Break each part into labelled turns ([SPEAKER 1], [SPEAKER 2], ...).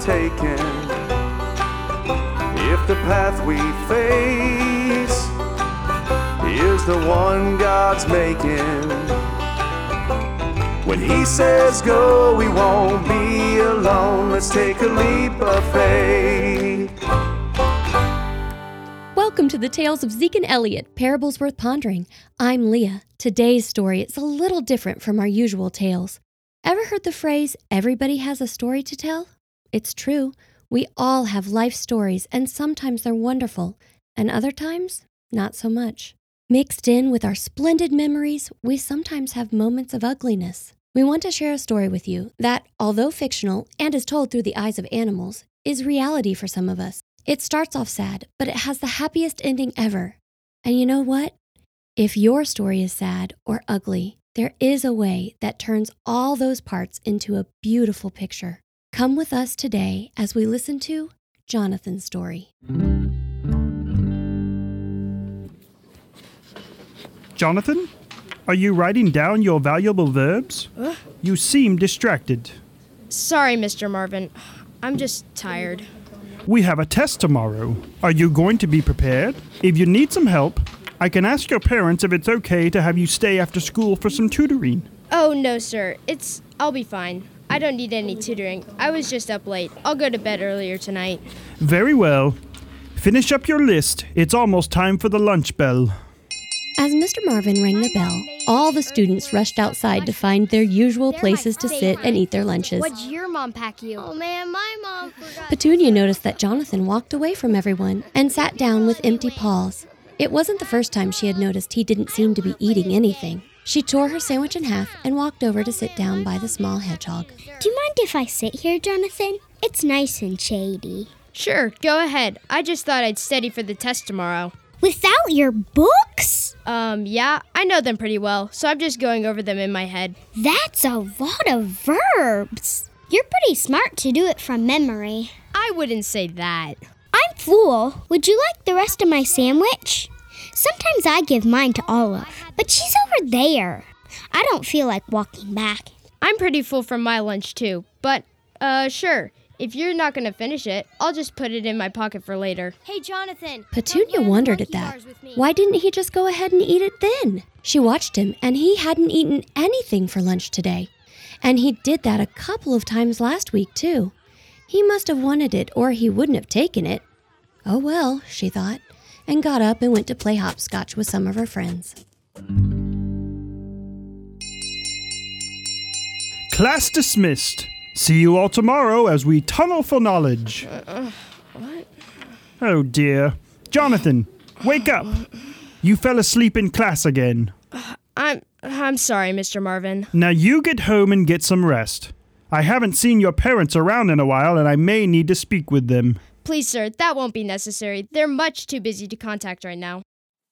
[SPEAKER 1] taken. If the path we face is the one God's making, when He says go, we won't be alone. Let's take a leap of faith.
[SPEAKER 2] Welcome to the Tales of Zeke and Elliot, Parables Worth Pondering. I'm Leah. Today's story is a little different from our usual tales. Ever heard the phrase, everybody has a story to tell? It's true. We all have life stories, and sometimes they're wonderful, and other times, not so much. Mixed in with our splendid memories, we sometimes have moments of ugliness. We want to share a story with you that, although fictional and is told through the eyes of animals, is reality for some of us. It starts off sad, but it has the happiest ending ever. And you know what? If your story is sad or ugly, there is a way that turns all those parts into a beautiful picture. Come with us today as we listen to Jonathan's story.
[SPEAKER 3] Jonathan, are you writing down your valuable verbs? You seem distracted.
[SPEAKER 4] Sorry, Mr. Marvin. I'm just tired.
[SPEAKER 3] We have a test tomorrow. Are you going to be prepared? If you need some help, I can ask your parents if it's okay to have you stay after school for some tutoring.
[SPEAKER 4] Oh, no, sir. It's. I'll be fine. I don't need any tutoring. I was just up late. I'll go to bed earlier tonight.
[SPEAKER 3] Very well. Finish up your list. It's almost time for the lunch bell.
[SPEAKER 2] As Mr. Marvin rang the bell, all the students rushed outside to find their usual places to sit and eat their lunches.
[SPEAKER 5] What'd your mom pack you? Oh man, my mom forgot.
[SPEAKER 2] Petunia noticed that Jonathan walked away from everyone and sat down with empty paws. It wasn't the first time she had noticed he didn't seem to be eating anything. She tore her sandwich in half and walked over to sit down by the small hedgehog.
[SPEAKER 6] Do you mind if I sit here, Jonathan? It's nice and shady.
[SPEAKER 4] Sure, go ahead. I just thought I'd study for the test tomorrow.
[SPEAKER 6] Without your books?
[SPEAKER 4] Um, yeah, I know them pretty well, so I'm just going over them in my head.
[SPEAKER 6] That's a lot of verbs. You're pretty smart to do it from memory.
[SPEAKER 4] I wouldn't say that.
[SPEAKER 6] I'm full. Would you like the rest of my sandwich? Sometimes I give mine to Olive, but she's over there. I don't feel like walking back.
[SPEAKER 4] I'm pretty full from my lunch, too, but, uh, sure. If you're not gonna finish it, I'll just put it in my pocket for later.
[SPEAKER 5] Hey, Jonathan.
[SPEAKER 2] Petunia
[SPEAKER 5] come play
[SPEAKER 2] wondered at
[SPEAKER 5] monkey
[SPEAKER 2] that.
[SPEAKER 5] bars with me.
[SPEAKER 2] Why didn't he just go ahead and eat it then? She watched him, and he hadn't eaten anything for lunch today. And he did that a couple of times last week, too. He must have wanted it, or he wouldn't have taken it. Oh well, she thought, and got up and went to play hopscotch with some of her friends.
[SPEAKER 3] Class dismissed. See you all tomorrow as we tunnel for knowledge. Oh dear. Jonathan, wake up. You fell asleep in class again.
[SPEAKER 4] I'm. I'm sorry, Mr. Marvin.
[SPEAKER 3] Now you get home and get some rest. I haven't seen your parents around in a while, and I may need to speak with them.
[SPEAKER 4] Please, sir, that won't be necessary. They're much too busy to contact right now.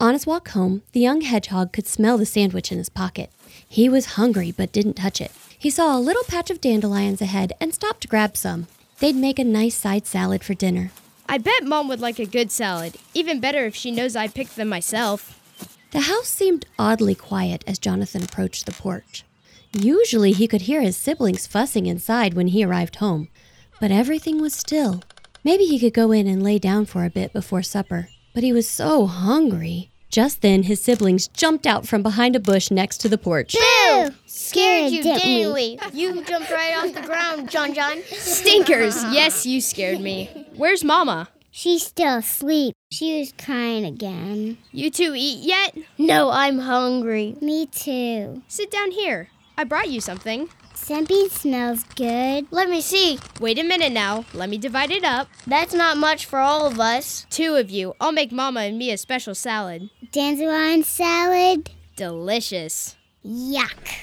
[SPEAKER 2] On his walk home, the young hedgehog could smell the sandwich in his pocket. He was hungry but didn't touch it. He saw a little patch of dandelions ahead and stopped to grab some. They'd make a nice side salad for dinner.
[SPEAKER 4] I bet mom would like a good salad. Even better if she knows I picked them myself.
[SPEAKER 2] The house seemed oddly quiet as Jonathan approached the porch. Usually he could hear his siblings fussing inside when he arrived home, but everything was still. Maybe he could go in and lay down for a bit before supper, but he was so hungry. Just then, his siblings jumped out from behind a bush next to the porch.
[SPEAKER 6] Boo! Oh, Scared
[SPEAKER 5] you, didn't we? You jumped right off the ground, John John.
[SPEAKER 4] Stinkers! yes, you scared me. Where's Mama?
[SPEAKER 6] She's still asleep. She was crying again.
[SPEAKER 4] You two eat yet?
[SPEAKER 5] No, I'm hungry.
[SPEAKER 6] Me too.
[SPEAKER 4] Sit down here. I brought you something.
[SPEAKER 6] Something smells good.
[SPEAKER 5] Let me see.
[SPEAKER 4] Wait a minute now. Let me divide it up.
[SPEAKER 5] That's not much for all of us.
[SPEAKER 4] Two of you. I'll make Mama and me a special salad.
[SPEAKER 6] Dandelion salad.
[SPEAKER 4] Delicious.
[SPEAKER 6] Yuck.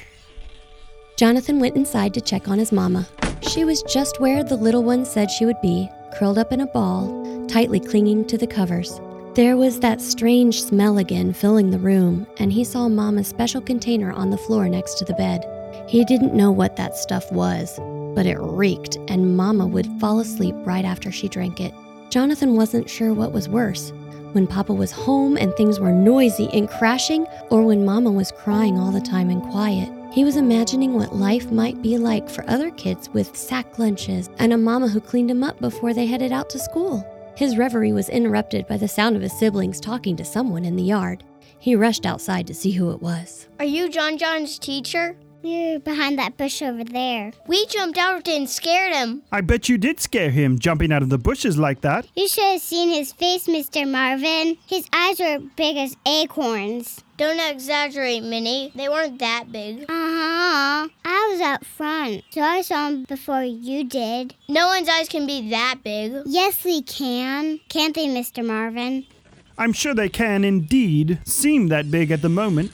[SPEAKER 2] Jonathan went inside to check on his mama. She was just where the little one said she would be, curled up in a ball, tightly clinging to the covers. There was that strange smell again filling the room, and he saw Mama's special container on the floor next to the bed. He didn't know what that stuff was, but it reeked, and Mama would fall asleep right after she drank it. Jonathan wasn't sure what was worse when Papa was home and things were noisy and crashing, or when Mama was crying all the time and quiet. He was imagining what life might be like for other kids with sack lunches and a mama who cleaned them up before they headed out to school. His reverie was interrupted by the sound of his siblings talking to someone in the yard. He rushed outside to see who it was.
[SPEAKER 5] Are you John John's teacher?
[SPEAKER 6] We're behind that bush over there.
[SPEAKER 5] We jumped out and scared him.
[SPEAKER 3] I bet you did scare him jumping out of the bushes like that.
[SPEAKER 6] You should have seen his face, Mr. Marvin. His eyes were big as acorns.
[SPEAKER 5] Don't exaggerate, Minnie. They weren't that big.
[SPEAKER 6] Uh huh. I was out front, so I saw him before you did.
[SPEAKER 5] No one's eyes can be that big.
[SPEAKER 6] Yes, we can. Can't they, Mr. Marvin?
[SPEAKER 3] I'm sure they can indeed seem that big at the moment.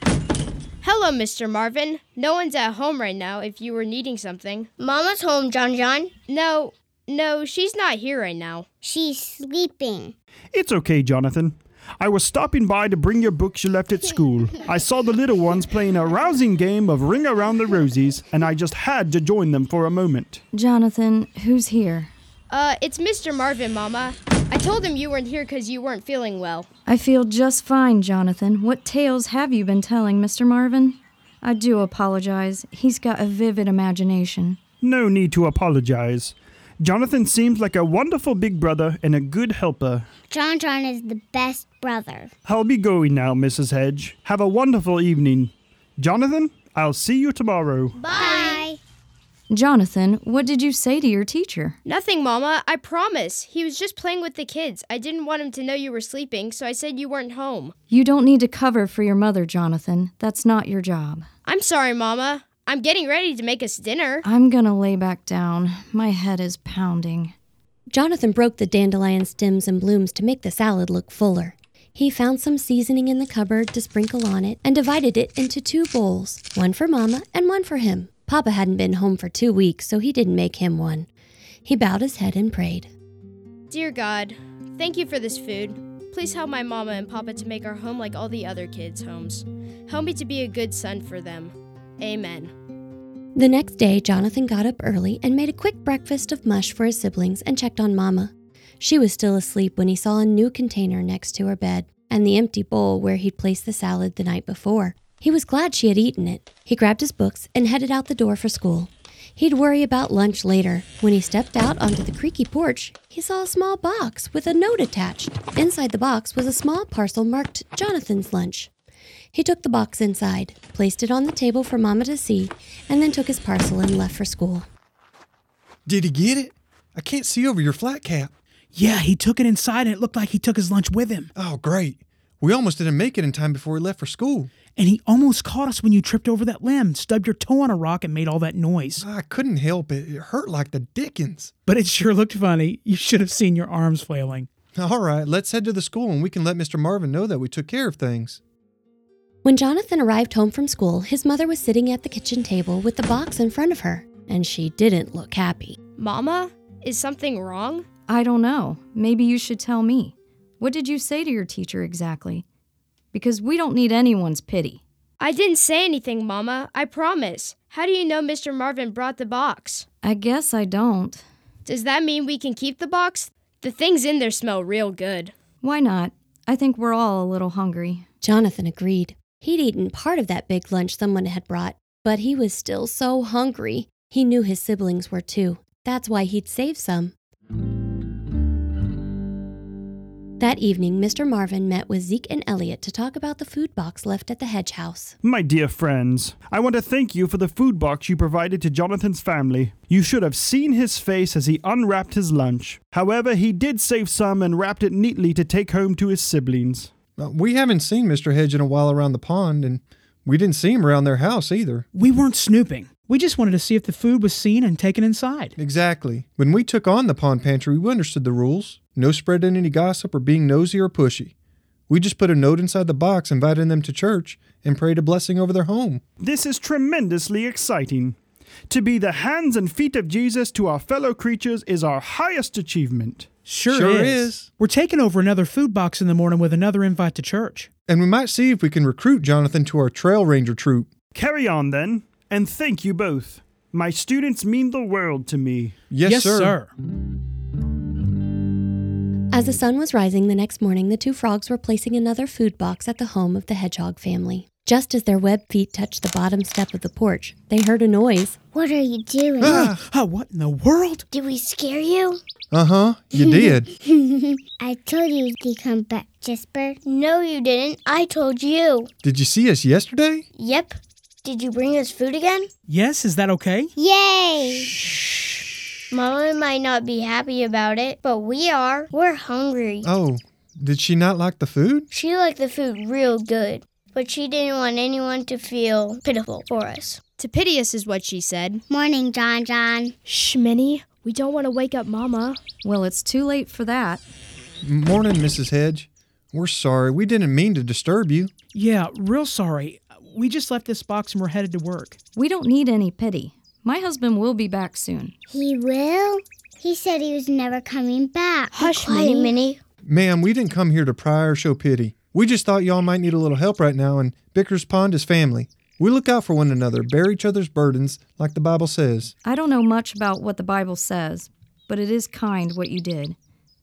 [SPEAKER 4] Hello, Mr. Marvin. No one's at home right now if you were needing something.
[SPEAKER 5] Mama's home, John John.
[SPEAKER 4] No, no, she's not here right now.
[SPEAKER 6] She's sleeping.
[SPEAKER 3] It's okay, Jonathan. I was stopping by to bring your books you left at school. I saw the little ones playing a rousing game of Ring Around the Rosies, and I just had to join them for a moment.
[SPEAKER 7] Jonathan, who's here?
[SPEAKER 4] Uh, it's Mr. Marvin, Mama. I told him you weren't here because you weren't feeling well.
[SPEAKER 7] I feel just fine, Jonathan. What tales have you been telling, Mr. Marvin? I do apologize. He's got a vivid imagination.
[SPEAKER 3] No need to apologize. Jonathan seems like a wonderful big brother and a good helper.
[SPEAKER 6] John John is the best brother.
[SPEAKER 3] I'll be going now, Mrs. Hedge. Have a wonderful evening. Jonathan, I'll see you tomorrow.
[SPEAKER 6] Bye.
[SPEAKER 7] Jonathan, what did you say to your teacher?
[SPEAKER 4] Nothing, Mama. I promise. He was just playing with the kids. I didn't want him to know you were sleeping, so I said you weren't home.
[SPEAKER 7] You don't need to cover for your mother, Jonathan. That's not your job.
[SPEAKER 4] I'm sorry, Mama. I'm getting ready to make us dinner.
[SPEAKER 7] I'm gonna lay back down. My head is pounding.
[SPEAKER 2] Jonathan broke the dandelion stems and blooms to make the salad look fuller. He found some seasoning in the cupboard to sprinkle on it and divided it into two bowls, one for Mama and one for him. Papa hadn't been home for two weeks, so he didn't make him one. He bowed his head and prayed.
[SPEAKER 4] Dear God, thank you for this food. Please help my mama and papa to make our home like all the other kids' homes. Help me to be a good son for them. Amen.
[SPEAKER 2] The next day, Jonathan got up early and made a quick breakfast of mush for his siblings and checked on Mama. She was still asleep when he saw a new container next to her bed and the empty bowl where he'd placed the salad the night before. He was glad she had eaten it. He grabbed his books and headed out the door for school. He'd worry about lunch later. When he stepped out onto the creaky porch, he saw a small box with a note attached. Inside the box was a small parcel marked Jonathan's lunch. He took the box inside, placed it on the table for Mama to see, and then took his parcel and left for school.
[SPEAKER 8] Did he get it? I can't see over your flat cap.
[SPEAKER 9] Yeah, he took it inside and it looked like he took his lunch with him.
[SPEAKER 8] Oh, great. We almost didn't make it in time before we left for school.
[SPEAKER 9] And he almost caught us when you tripped over that limb, stubbed your toe on a rock, and made all that noise.
[SPEAKER 8] I couldn't help it. It hurt like the dickens.
[SPEAKER 9] But it sure looked funny. You should have seen your arms flailing.
[SPEAKER 8] All right, let's head to the school and we can let Mr. Marvin know that we took care of things.
[SPEAKER 2] When Jonathan arrived home from school, his mother was sitting at the kitchen table with the box in front of her, and she didn't look happy.
[SPEAKER 4] Mama, is something wrong?
[SPEAKER 7] I don't know. Maybe you should tell me. What did you say to your teacher exactly? Because we don't need anyone's pity.
[SPEAKER 4] I didn't say anything, Mama. I promise. How do you know Mr. Marvin brought the box?
[SPEAKER 7] I guess I don't.
[SPEAKER 4] Does that mean we can keep the box? The things in there smell real good.
[SPEAKER 7] Why not? I think we're all a little hungry.
[SPEAKER 2] Jonathan agreed. He'd eaten part of that big lunch someone had brought, but he was still so hungry. He knew his siblings were too. That's why he'd saved some. That evening, Mr. Marvin met with Zeke and Elliot to talk about the food box left at the hedge house.
[SPEAKER 3] My dear friends, I want to thank you for the food box you provided to Jonathan's family. You should have seen his face as he unwrapped his lunch. However, he did save some and wrapped it neatly to take home to his siblings.
[SPEAKER 8] Uh, We haven't seen Mr. Hedge in a while around the pond, and we didn't see him around their house either.
[SPEAKER 9] We weren't snooping. We just wanted to see if the food was seen and taken inside.
[SPEAKER 8] Exactly. When we took on the pond pantry, we understood the rules no spreading any gossip or being nosy or pushy. We just put a note inside the box inviting them to church and prayed a blessing over their home.
[SPEAKER 3] This is tremendously exciting. To be the hands and feet of Jesus to our fellow creatures is our highest achievement.
[SPEAKER 9] Sure,
[SPEAKER 8] Sure
[SPEAKER 9] is.
[SPEAKER 8] is.
[SPEAKER 9] We're taking over another food box in the morning with another invite to church.
[SPEAKER 8] And we might see if we can recruit Jonathan to our Trail Ranger troop.
[SPEAKER 3] Carry on then, and thank you both. My students mean the world to me.
[SPEAKER 8] Yes,
[SPEAKER 2] As the sun was rising the next morning, the two frogs were placing another food box at the home of the hedgehog family. Just as their webbed feet touched the bottom step of the porch, they heard a noise.
[SPEAKER 6] What are you doing?
[SPEAKER 9] Ah, ah, what in the world?
[SPEAKER 6] Did we scare you?
[SPEAKER 8] Uh huh. You did.
[SPEAKER 6] I told you to come back, Jasper.
[SPEAKER 5] No, you didn't. I told you.
[SPEAKER 8] Did you see us yesterday?
[SPEAKER 5] Yep. Did you bring us food again?
[SPEAKER 9] Yes, is that okay?
[SPEAKER 6] Yay!
[SPEAKER 5] Mama might not be happy about it, but we are. We're hungry.
[SPEAKER 8] Oh, did she not like the food?
[SPEAKER 5] She liked the food real good, but she didn't want anyone to feel pitiful for us.
[SPEAKER 4] To pity us is what she said.
[SPEAKER 6] Morning, John John.
[SPEAKER 10] Shh, Minnie. We don't want to wake up Mama.
[SPEAKER 7] Well, it's too late for that.
[SPEAKER 8] Morning, Mrs. Hedge. We're sorry. We didn't mean to disturb you.
[SPEAKER 9] Yeah, real sorry. We just left this box and we're headed to work.
[SPEAKER 7] We don't need any pity. My husband will be back soon.
[SPEAKER 6] He will? He said he was never coming back.
[SPEAKER 5] Hush, Quiet, Minnie.
[SPEAKER 8] Ma'am, we didn't come here to pry or show pity. We just thought y'all might need a little help right now, and Bickers Pond is family. We look out for one another, bear each other's burdens, like the Bible says.
[SPEAKER 7] I don't know much about what the Bible says, but it is kind what you did.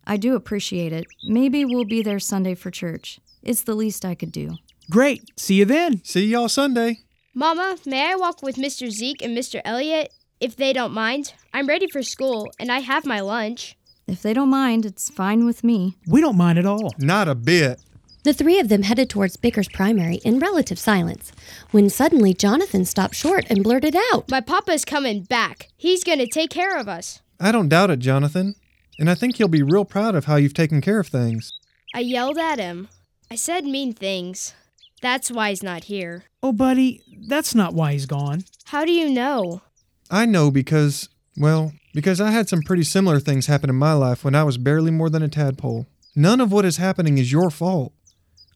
[SPEAKER 7] I do appreciate it. Maybe we'll be there Sunday for church. It's the least I could do.
[SPEAKER 9] Great. See you then.
[SPEAKER 8] See y'all Sunday.
[SPEAKER 4] Mama, may I walk with Mr. Zeke and Mr. Elliot if they don't mind? I'm ready for school and I have my lunch.
[SPEAKER 7] If they don't mind, it's fine with me.
[SPEAKER 9] We don't mind at all.
[SPEAKER 8] Not a bit.
[SPEAKER 2] The three of them headed towards Bicker's primary in relative silence, when suddenly Jonathan stopped short and blurted out.
[SPEAKER 4] My papa's coming back. He's going to take care of us.
[SPEAKER 8] I don't doubt it, Jonathan. And I think he'll be real proud of how you've taken care of things.
[SPEAKER 4] I yelled at him. I said mean things. That's why he's not here.
[SPEAKER 9] Oh, buddy, that's not why he's gone.
[SPEAKER 4] How do you know?
[SPEAKER 8] I know because, well, because I had some pretty similar things happen in my life when I was barely more than a tadpole. None of what is happening is your fault.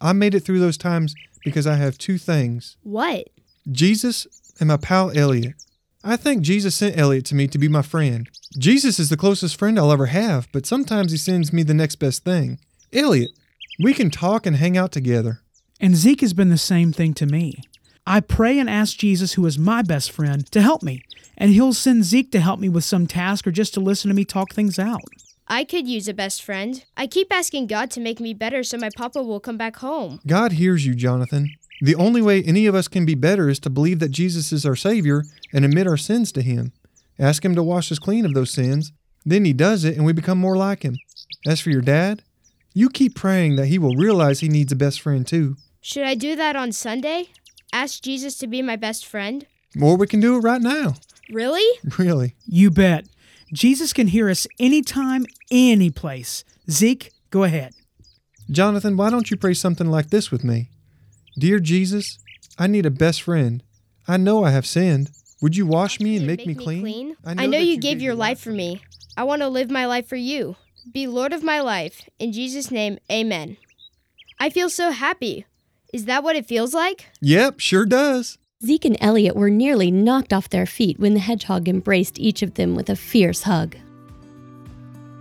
[SPEAKER 8] I made it through those times because I have two things
[SPEAKER 4] What?
[SPEAKER 8] Jesus and my pal Elliot. I think Jesus sent Elliot to me to be my friend. Jesus is the closest friend I'll ever have, but sometimes he sends me the next best thing Elliot. We can talk and hang out together.
[SPEAKER 9] And Zeke has been the same thing to me. I pray and ask Jesus, who is my best friend, to help me, and he'll send Zeke to help me with some task or just to listen to me talk things out.
[SPEAKER 4] I could use a best friend. I keep asking God to make me better so my papa will come back home.
[SPEAKER 8] God hears you, Jonathan. The only way any of us can be better is to believe that Jesus is our Savior and admit our sins to Him. Ask Him to wash us clean of those sins. Then He does it and we become more like Him. As for your dad, you keep praying that he will realize he needs a best friend too.
[SPEAKER 4] Should I do that on Sunday? Ask Jesus to be my best friend?
[SPEAKER 8] Or we can do it right now.
[SPEAKER 4] Really?
[SPEAKER 8] Really.
[SPEAKER 9] You bet. Jesus can hear us anytime, any place. Zeke, go ahead.
[SPEAKER 8] Jonathan, why don't you pray something like this with me? Dear Jesus, I need a best friend. I know I have sinned. Would you wash me and make me clean?
[SPEAKER 4] I know, you, gave your life for me. I want to live my life for you. Be Lord of my life. In Jesus' name, amen. I feel so happy. Is that what it feels like?
[SPEAKER 8] Yep, sure does.
[SPEAKER 2] Zeke and Elliot were nearly knocked off their feet when the hedgehog embraced each of them with a fierce hug.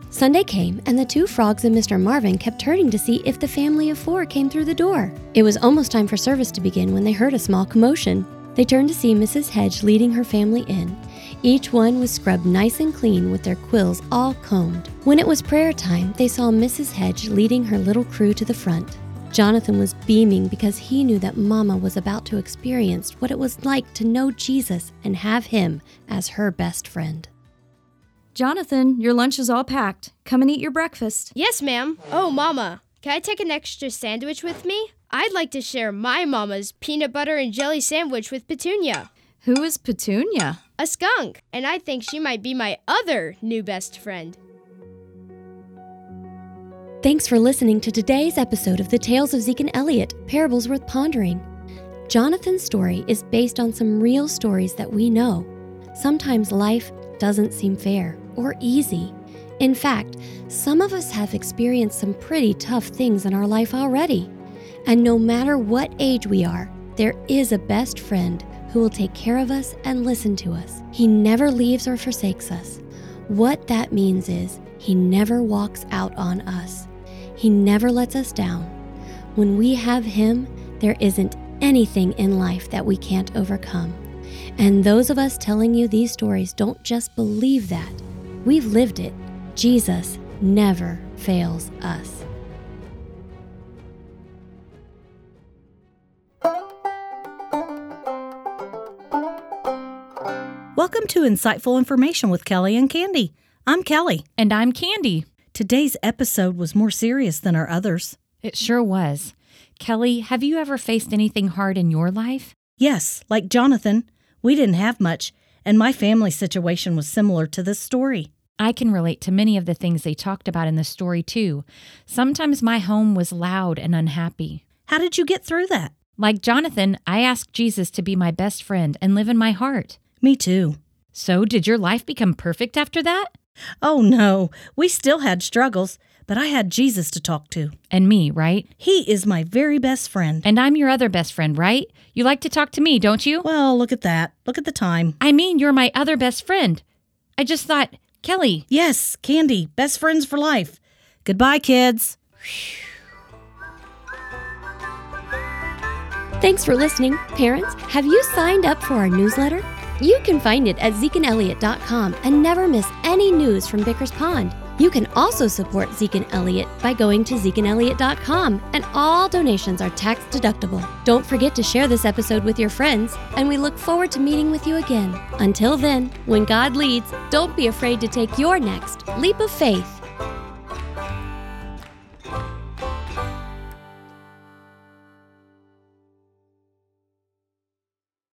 [SPEAKER 2] Sunday came, and the two frogs and Mr. Marvin kept turning to see if the family of four came through the door. It was almost time for service to begin when they heard a small commotion. They turned to see Mrs. Hedge leading her family in. Each one was scrubbed nice and clean with their quills all combed. When it was prayer time, they saw Mrs. Hedge leading her little crew to the front. Jonathan was beaming because he knew that Mama was about to experience what it was like to know Jesus and have him as her best friend.
[SPEAKER 7] Jonathan, your lunch is all packed. Come and eat your breakfast.
[SPEAKER 4] Yes, ma'am. Oh, Mama, can I take an extra sandwich with me? I'd like to share my Mama's peanut butter and jelly sandwich with Petunia,
[SPEAKER 7] Who is Petunia?
[SPEAKER 4] a skunk, and I think she might be my other new best friend.
[SPEAKER 2] Thanks for listening to today's episode of the Tales of Zeke and Elliot Parables Worth Pondering. Jonathan's story is based on some real stories that we know. Sometimes life doesn't seem fair or easy. In fact, some of us have experienced some pretty tough things in our life already. And no matter what age we are, there is a best friend who will take care of us and listen to us. He never leaves or forsakes us. What that means is he never walks out on us. He never lets us down. When we have him, there isn't anything in life that we can't overcome. And those of us telling you these stories don't just believe that. We've lived it. Jesus never fails us.
[SPEAKER 4] Welcome to Insightful Information with Kelly and Candy. I'm Kelly.
[SPEAKER 7] And I'm Candy.
[SPEAKER 4] Today's episode was more serious than our others.
[SPEAKER 7] It sure was. Kelly, have you ever faced anything hard in your life?
[SPEAKER 4] Yes, like Jonathan, we didn't have much, and my family situation was similar to this story.
[SPEAKER 7] I can relate to many of the things they talked about in the story, too. Sometimes my home was loud and unhappy.
[SPEAKER 4] How did you get through that?
[SPEAKER 7] Like Jonathan, I asked Jesus to be my best friend and live in my heart.
[SPEAKER 4] Me too.
[SPEAKER 7] So, did your life become perfect after that?
[SPEAKER 4] Oh no, we still had struggles, but I had Jesus to talk to.
[SPEAKER 7] And me, right?
[SPEAKER 4] He is my very best friend.
[SPEAKER 7] And I'm your other best friend, right? You like to talk to me, don't you?
[SPEAKER 4] Well, look at that. Uh, Look at the time.
[SPEAKER 7] I mean, you're my other best friend. I just thought, Kelly.
[SPEAKER 4] Yes, Candy, best friends for life. Goodbye, kids.
[SPEAKER 2] Thanks for listening. Parents, have you signed up for our newsletter? You can find it at zekeandelliott.com and never miss any news from Bickers Pond. You can also support Zeke and Elliott by going to zekeandelliott.com, and all donations are tax deductible. Don't forget to share this episode with your friends, and we look forward to meeting with you again. Until then, when God leads, don't be afraid to take your next leap of faith.